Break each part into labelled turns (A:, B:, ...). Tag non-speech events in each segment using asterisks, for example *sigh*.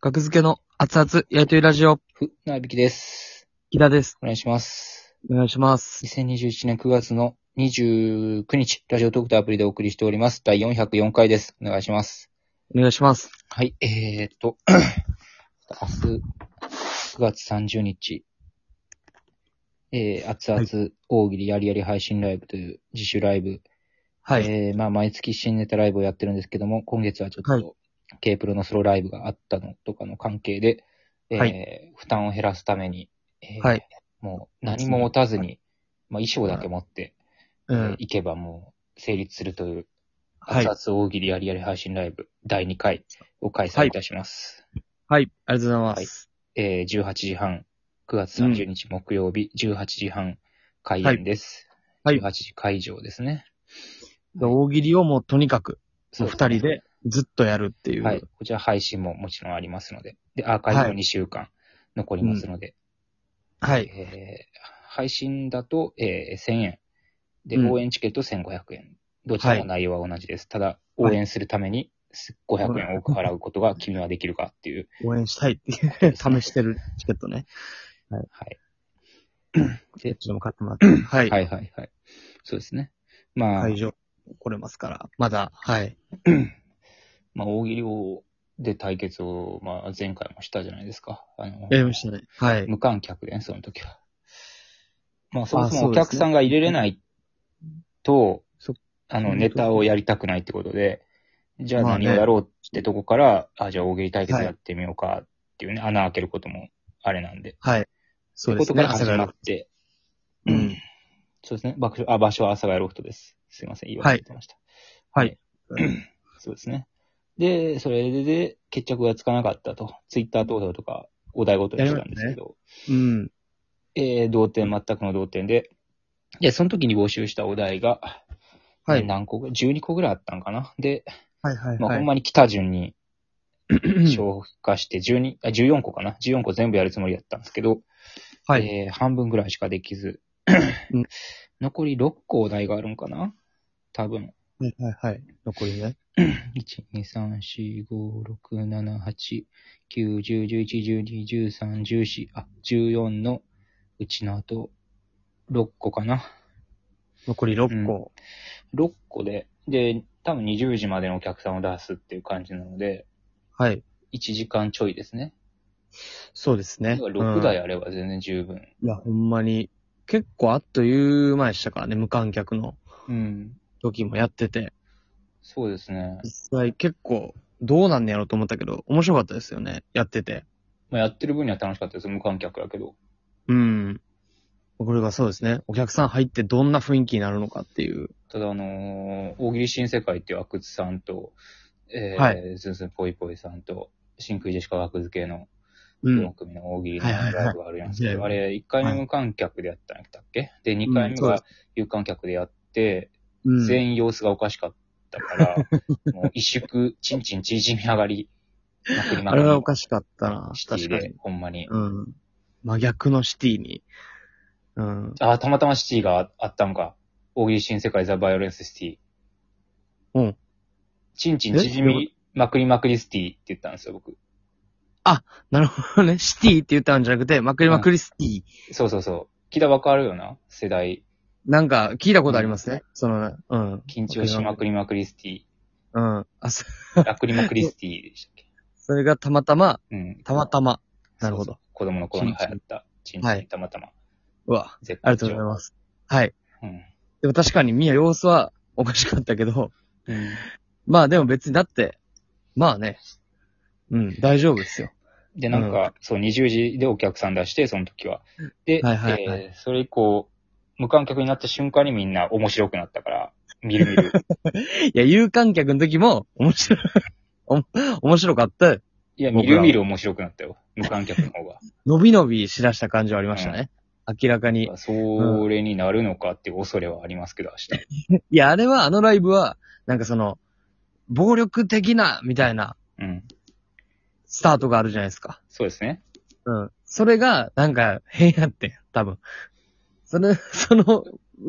A: 学付けの熱々やりとりラジオ、
B: ふ、なびきです。
A: 木田です。
B: お願いします。
A: お願いします。
B: 2021年9月の29日、ラジオトークとアプリでお送りしております。第404回です。お願いします。
A: お願いします。
B: はい、えーっと、 *clears throat* 明日、9月30日、えー、熱々大喜利やりやり配信ライブという自主ライブ。
A: はい。
B: えー、まあ、毎月新ネタライブをやってるんですけども、今月はちょ
A: は
B: っ
A: い
B: と、K プロのソロライブがあったのとかの関係で、えー
A: は
B: 負担を減らすために、えー
A: はい
B: もう何も持たずに、まあ、衣装だけ持って、
A: う
B: えー
A: ん。
B: 行けばもう成立するという、
A: はい。
B: 熱々大喜利やりやり配信ライブ第2回を開催いたします。
A: はい。ありがとうございます。
B: えー、18時半、9月30日木曜日、18時半開演です。
A: はい
B: 18時会場ですね。
A: で大喜利をもうとにかく、
B: そ
A: 二
B: うす
A: 人
B: ね
A: でずっとやるっていう。
B: はい。こちら配信ももちろんありますので。で、アーカイブ
A: は
B: も
A: い
B: 2週間残りますので。
A: はい。
B: えー配信だと、えー1000円。で、
A: うん
B: 応援チケット1500円。どちらも内容は同じです。ただ、応援するためにす500円多く払うことが君はできるかっていう。
A: 応援したいっていう、
B: 試
A: 試してるチケットね。
B: はい。
A: で、ちょっとも買ってもらって。はい。
B: はいはいはい。そうですね。まあ、
A: 会場来れますから。まだ、はい。
B: まあ、大喜利を、で対決を、まあ、前回もしたじゃないですか。あの
A: やりましたね。はい。
B: 無観客で、その時は。まあ、そもそ
A: あそ
B: も
A: う
B: お
A: ですね
B: 客さんが入れれないと、
A: そ
B: あ
A: う
B: の、
A: ん
B: ネタをやりたくないってことで、じゃあ
A: まあ
B: 何
A: ね
B: をやろうってとこから、あ、じゃあ大喜利対決やってみようかっていうね、穴開けることもあれなんで。
A: はい。そうです
B: って
A: ね。
B: ことから始まって、
A: 朝から
B: うんそうですね。場所あ場所は阿佐ヶ谷ロフトです。すいません、言い忘れてました。
A: はいはい
B: うん *clears throat* そうですね。で、それで決着がつかなかったと。ツイッター投票とか、お題ごとにしてたんですけど、
A: うん。
B: えー、同点、全くの同点で、で、その時に募集したお題が、
A: はい。
B: 何個ぐらい、12個ぐらいあったんかな。で、
A: はいはい
B: まあ、
A: は
B: ほん
A: い。
B: まに来た
A: *clears throat*
B: 順に消化して、12、あ、14個かな。14個全部やるつもりだったんですけど、
A: はい。
B: えー半分ぐらいしかできず、
A: うん
B: *clears throat* 残り6個お題があるんかな多分。
A: はいはいはい。残りね。
B: 1、2、3、4、5、6、7、8、9、10、11、12、13、14、あ、14のうちのあと、6個かな。
A: 残り6個。
B: 6個で、で、多分20時までのお客さんを出すっていう感じなので、
A: はい。
B: 1時間ちょいですね。
A: そうですね。
B: 6台あれば全然十分。
A: いや、ほんまに、結構あっという間でしたからね、無観客の
B: うん。
A: 時もやってて。
B: そうですね。
A: 実際結構、どうなんねやろうと思ったけど、面白かったですよね、やってて。
B: まあ、やってる分には楽しかったです。無観客やけど。
A: うん。これがそうですね、お客さん入ってどんな雰囲気になるのかっていう。
B: ただ、あのー大喜利新世界っていう阿久津さんと、えー、
A: は
B: ズンズンぽいぽいさんと、真空ジェシカ学付けの
A: う
B: 4
A: ん。
B: 組の大喜利の
A: はいはいはい
B: ライブがあるやんですけど、
A: は
B: あ
A: い
B: れ、1回目無観客でやったんやったっけで、2回
A: うん
B: 目
A: そうで
B: が有観客でやって、
A: うん、
B: 全員様子がおかしかった
A: *laughs*
B: から、もう一縮、ちんちん縮み上がりまくりま
A: あ
B: く
A: れ
B: り
A: はお
B: の
A: かしかったな、
B: シティ
A: 確か
B: で
A: に、。
B: ほんまに。
A: うん。真逆のシティに。うん。
B: ああ、たまたまシティがあったのか。大喜利新世界ザ・バイオレンスシティ。
A: うん。
B: ちんちん縮みまくりまくりシティって言ったんですよ、僕。
A: なるほどね、シティって言ったんじゃなくて、マクリマクリシティ。
B: そうそうそう。聞いたらわかるよな世代。
A: なんか、聞いたことありますね。その、うん。
B: 緊張しまくりまくりシテ
A: うん。あ、そ
B: ィ。ラクリまくりシティでしたっけ
A: それがたまたま、
B: うん。
A: たまたま。なるほ
B: そ
A: ど。
B: うそう。子供の頃に流行った。ちんち
A: は
B: ん
A: い
B: たまたま。
A: うわ、
B: 絶
A: あ
B: 好
A: りがとうござい
B: 調。
A: ます。はい。
B: うん。
A: でも確かに、ミヤ様子はおかしかったけど、
B: うん
A: まあでも別にだって、まあね、うん、大丈夫ですよ。
B: で、なんか、そう、20時でお客さん出して、その時は。で、
A: はいはいはい
B: えーそれ以降、無観客になった瞬間にみんな面白くなったから、みるみ
A: *laughs*
B: る。
A: *laughs* いや、有観客の時も、面白い、 *laughs* おも面白かった。
B: いや、み
A: 僕ら
B: る
A: は
B: みる面白くなったよ。無観客の方
A: *laughs*
B: が。
A: 伸び伸びしだした感じはありましたね。明らかに。
B: それになるのかっていう恐れはありますけど、明日。
A: いや、あれは、あのライブは、なんかその、暴力的な、みたいな、
B: うん。
A: スタートがあるじゃないですか。
B: そうですね。
A: うん。それが、なんか、変やってん、多分。それ、その、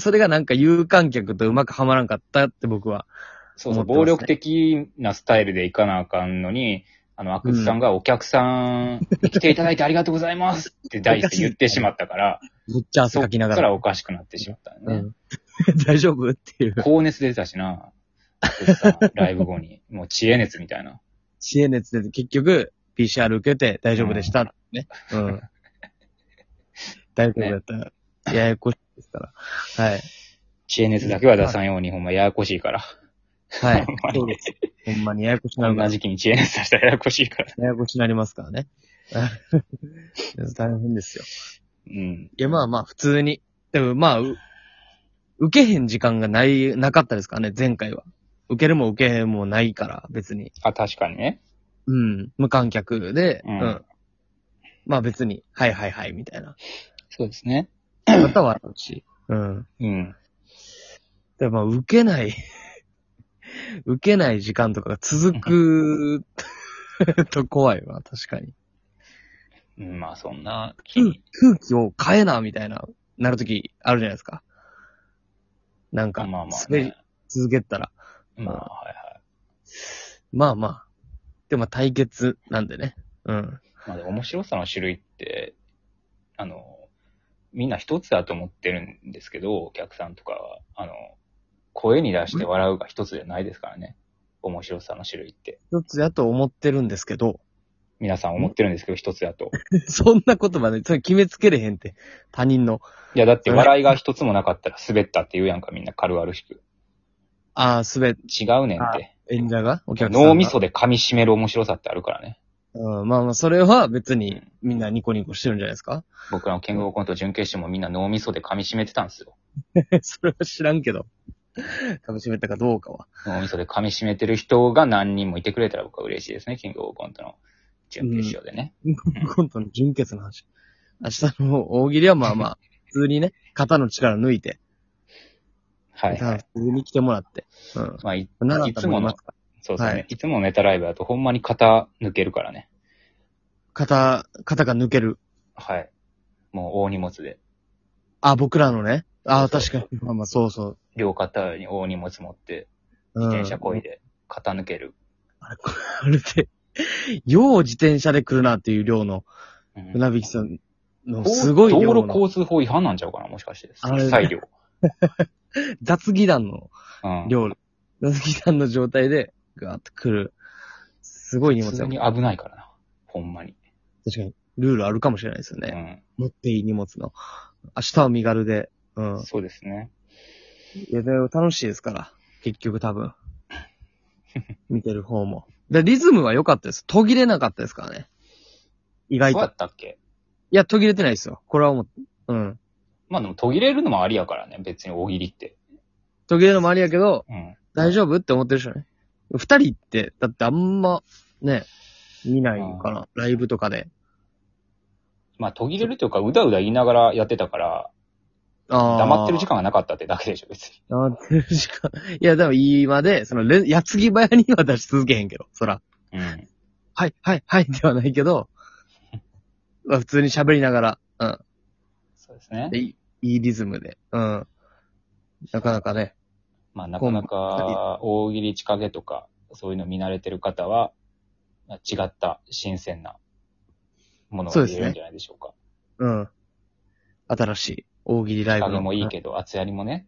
A: それがなんか有観客とうまくはまらんかったって僕は。
B: そうそう、
A: 思
B: 暴
A: ってますね
B: 力的なスタイルでいかなあかんのに、あの、阿久津さんがお客さん、来ていただいてありがとうございますって題して言ってしまったから、
A: めっちゃ汗
B: そ
A: か
B: っ
A: きなが。
B: かららおかしくなってしまったんだ
A: う
B: ね。
A: ん、 *laughs* 大丈夫って
B: *laughs*
A: いう。
B: 高熱出たしな、阿久津さん、ライブ後に。もう知恵熱みたいな。
A: 知恵熱で結局、PCR 受けて大丈夫でした。ね。うん。大丈夫だったら、ややこしいですから。はい。
B: 知恵熱だけは出さんように、ほんまややこしいから。
A: はい
B: ほんま。に
A: そうです。ほんまにややこし
B: こ
A: なる
B: ん
A: か
B: な
A: ら、
B: 時期に知恵熱出したらややこしいから。
A: ややこしになりますからね。 *laughs* 大変ですよ。
B: うん。
A: いや、まあまあ、普通に。でもまあ、う受けへん時間がない、なかったですからね、前回は。受けるも受けへんもないから、別に。
B: あ、確かにね。
A: うん。無観客で、
B: うん
A: うん、まあ別に、はいはいはい、みたいな。
B: そうですね。
A: 方はあるし。うん。
B: うん。
A: でまあ、受けない、 *laughs* 受けない時間とかが続くと怖いわ、確かに。
B: うんまあ、そんな気
A: 空
B: に。
A: 空気を変えな、みたいな、なるときあるじゃないですか。なん
B: ま
A: か、
B: あまあ
A: 滑り
B: ね。
A: 続けてたら。
B: まあ、はいはい。
A: まあまあ。でも対決なんでね。うん。
B: まあ、で面白さの種類って、あの、みんな一つだと思ってるんですけど、お客さんとかは、あの、声に出して笑うが一つじゃないですからね。面白さの種類って。
A: 一つやと思ってるんですけど、 *laughs*
B: 皆さん思ってるんですけど、一つだと。
A: そんな言葉で、それ決めつけれへんって、他人の。
B: いや、だって
A: うん
B: 笑いが一つもなかったら滑ったって言うやんか、みんな軽々しく。
A: ああ、すべ、
B: 違うねんって。
A: 演者がお客さんが。
B: 脳みそで噛み締める面白さってあるからね。
A: うん、まあまあ、それは別にみんなニコニコしてるんじゃないですか *laughs*
B: 僕らの剣豪コント準決勝もみんな脳みそで噛み締めてたんですよ。
A: それは知らんけど。かみしめたかどうかは。
B: 脳みそで噛み締めてる人が何人もいてくれたら僕は嬉しいですね、キングオブコントの準決勝でね。
A: コントの純潔の話。明日の大喜利はまあまあ、普通にね、肩の力抜いて、
B: はいはい。
A: 普通に来てもらって。うん。
B: まあ、い
A: 奈
B: い
A: 良
B: つ
A: さんもいま
B: もの
A: す、から
B: そうですね、
A: はい
B: い。つものネタライブだとほんまに肩抜けるからね。
A: 肩、肩が抜ける。
B: はい。もう大荷物で。
A: あ、僕らのね。あ、
B: そう
A: 確
B: そう
A: かに。まあまあ、そうそう。
B: 両肩に大荷物持って、
A: うん、
B: 自転車こいで、肩抜ける。
A: あれ、これで、よう自転車で来るなっていう量の、
B: うん
A: 船引きさんのすごい
B: 道
A: 量の、
B: 路交通法違反なんちゃうかな、もしかして。
A: あれ
B: 裁量。
A: 雑技団の
B: うん。
A: 量、雑技団の状態で、ガーッと来る。すごい荷
B: 普
A: 物
B: 通
A: だ
B: に危ないからな。ほんまに。
A: 確かに、ルールあるかもしれないですよ
B: う
A: ね。
B: ん。
A: 持っていい荷物の。明日は身軽で。うん。
B: そうですね。
A: いや、でも楽しいですから。結局多
B: *laughs*
A: 分。見てる方も。で、リズムは良かったです。途切れなかったですからね。意
B: ど
A: 外
B: うや
A: と。
B: ったっけ
A: いや、途切れてないですよ。これはもう、うん。
B: まあでも途切れるのもありやからね、別に大喜利って。
A: 途切れるのもありやけど、
B: うん。
A: 大丈夫って思ってる人ね。二人って、だってあんま、ね、見ないかな。ライブとかで。
B: まあ途切れるというか、うだうだ言いながらやってたから、
A: ああ。
B: 黙ってる時間がなかったってだけでしょ、別に。
A: 黙ってる時間。いや、でも今で、その、れ矢継ぎ早には出し続けへんけど、そら。
B: うん。
A: はい、はい、はい、ではないけど、まあ普通に喋りながら、
B: そうですね
A: うん。で。いいいいリズムで、うん。なかなかね、
B: まあなかなか大喜利仕掛けとか、そういうの見慣れてる方は、まあ違った新鮮なもの
A: そう
B: が
A: で
B: 見
A: す
B: え
A: ね
B: るんじゃないでしょうか。
A: うん。新しい大喜利ライブ
B: 影
A: の。
B: もいいけど、厚やりもね。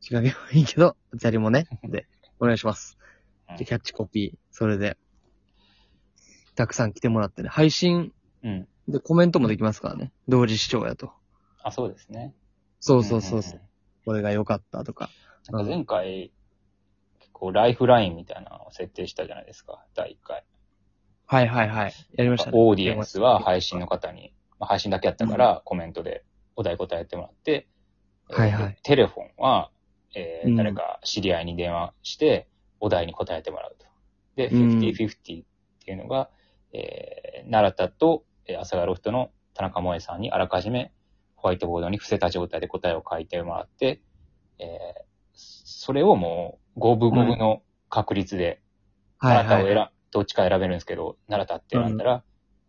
A: 仕掛けもいいけど、ザリも
B: *laughs*
A: ね。で、お願いします。
B: うん
A: で、キャッチコピー、それで、たくさん来てもらってね、配信
B: うん。
A: でコメントもできますからね。同時視聴やと。
B: あ、そうですね。
A: そうそうそうそう。
B: んん
A: これが良かったとか。
B: うん。なんか前回、結構ライフラインみたいなのを設定したじゃないですか、第1回。
A: はいはいはい。やりましたね。
B: オーディエンスは配信の方に、まあ、配信だけやったからコメントでお題答えてもらって、えー
A: はいはい
B: テレフォンは、えー
A: うん
B: 誰か知り合いに電話して、お題に答えてもらうと。で、
A: うん
B: 50-50っていうのが、えー、奈良田と、えー、朝ロフトの田中萌さんにあらかじめホワイトボードに伏せた状態で答えを書いてもらって、えーそれをもう5分5分の確率で、
A: はい
B: あなたを
A: はい
B: 選ん、どっちか選べるんですけど、奈良田って選んだら、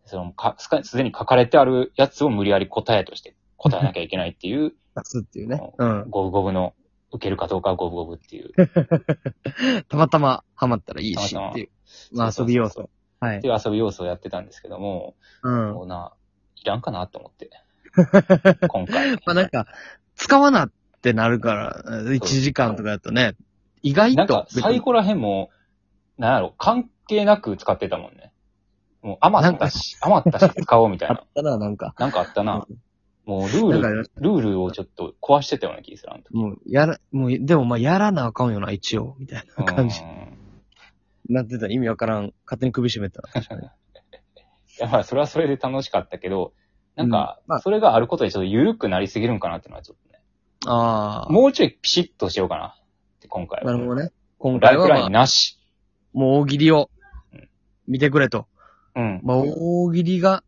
B: そのか、すかすでに書かれてあるやつを無理やり答えとして答えなきゃいけないっていう、
A: 出すっていうね。うん。
B: 五分五分の、受けるかどうかは五分五分っていう。
A: たまたまハマったらいい
B: たま
A: した
B: ま
A: っていう。まあ遊び要素。はい
B: って。いう遊ぶ要素をやってたんですけども、
A: うん。
B: もうな、いらんかなと
A: *laughs*
B: 思って。今回。
A: まあなんか、使わなってなるから、1時間とかやとね、意外
B: なん
A: と
B: か、。最後らへんも、なんやろ、関係なく使ってたもんね。もう余ったし、余ったし使おうみたい
A: あ *laughs*
B: な
A: っ。たらなんか、
B: なんかあったな。もうル
A: なん
B: ー
A: か
B: ル、
A: や、
B: ルールをちょっと壊してたような気がする、あの時。
A: もう、やら、もう、でもまあやらなあかんよな、一応、みたいな感じ。
B: うん。い
A: なってた意味わからん。勝手に首絞めた。
B: や、まあ、それはそれで楽しかったけど、なんか
A: うんまあ、
B: それがあることでちょっと緩くなりすぎるんかなっていうのはちょっとね。
A: ああ。
B: もうちょいピシッとしようかなって、今回は。
A: なるほどね。今
B: ラ
A: 回
B: イフ
A: は、
B: ライン
A: まあ、
B: なし。
A: もう大喜利を見てくれと。
B: うん。
A: まあ、大喜利が、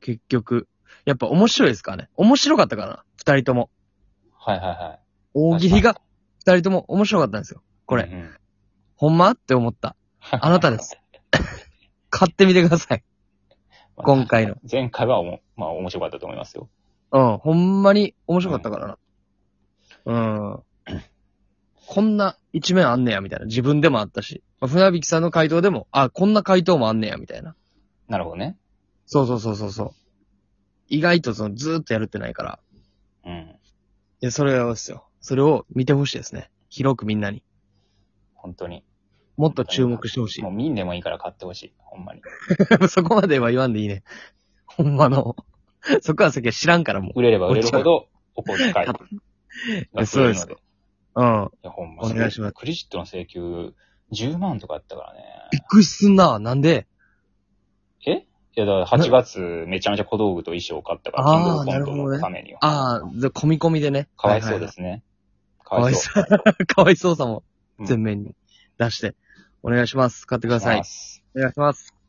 A: 結局、やっぱ面白いですからね。面白かったからな、二人とも。
B: はいはいはい。
A: 大喜利が、二人とも面白かったんですよ。これ、
B: うんうん。
A: ほんまって思った。あなたです。買ってみてください。
B: *laughs* まあ
A: 今回の。
B: 前回はおも、まあ、面白かったと思いますよ。
A: うん、ほんまに面白かったからな。うん。こんな一面あんねや、みたいな。自分でもあったし。まあ船引さんの回答でも、あ、こんな回答もあんねや、みたいな。
B: なるほどね。
A: そうそうそうそうそう。意外とその、ずーっとやるってないから。
B: うん。
A: いや、それはですよ。それを見てほしいですね。広くみんなに。
B: 本当に。
A: もっと注目してほしい
B: もう。見んでもいいから買ってほしい。ほんまに。
A: *laughs* そこまでは言わんでいいね。ほんまの。そこはさっきは知らんからも
B: 売れれば売れるほど、お小遣いが増えるの
A: *laughs*
B: で。
A: そうです
B: い
A: うん。
B: や、ほんま
A: お願いします
B: クレジットの請求、10万とかあったからね。
A: びっくりすんな。なんで
B: えいや、だから8月、めちゃめちゃ小道具と衣装買ったから、キン
A: あー
B: グオブコントのために。
A: ああ、で込み込みでね。
B: かわいそうですね。か
A: はいはいはい。かわい
B: い
A: そう。かわいそうさも
B: う、ん
A: 全面に出して。お願いします。買ってくだ
B: う
A: さい。お願いします。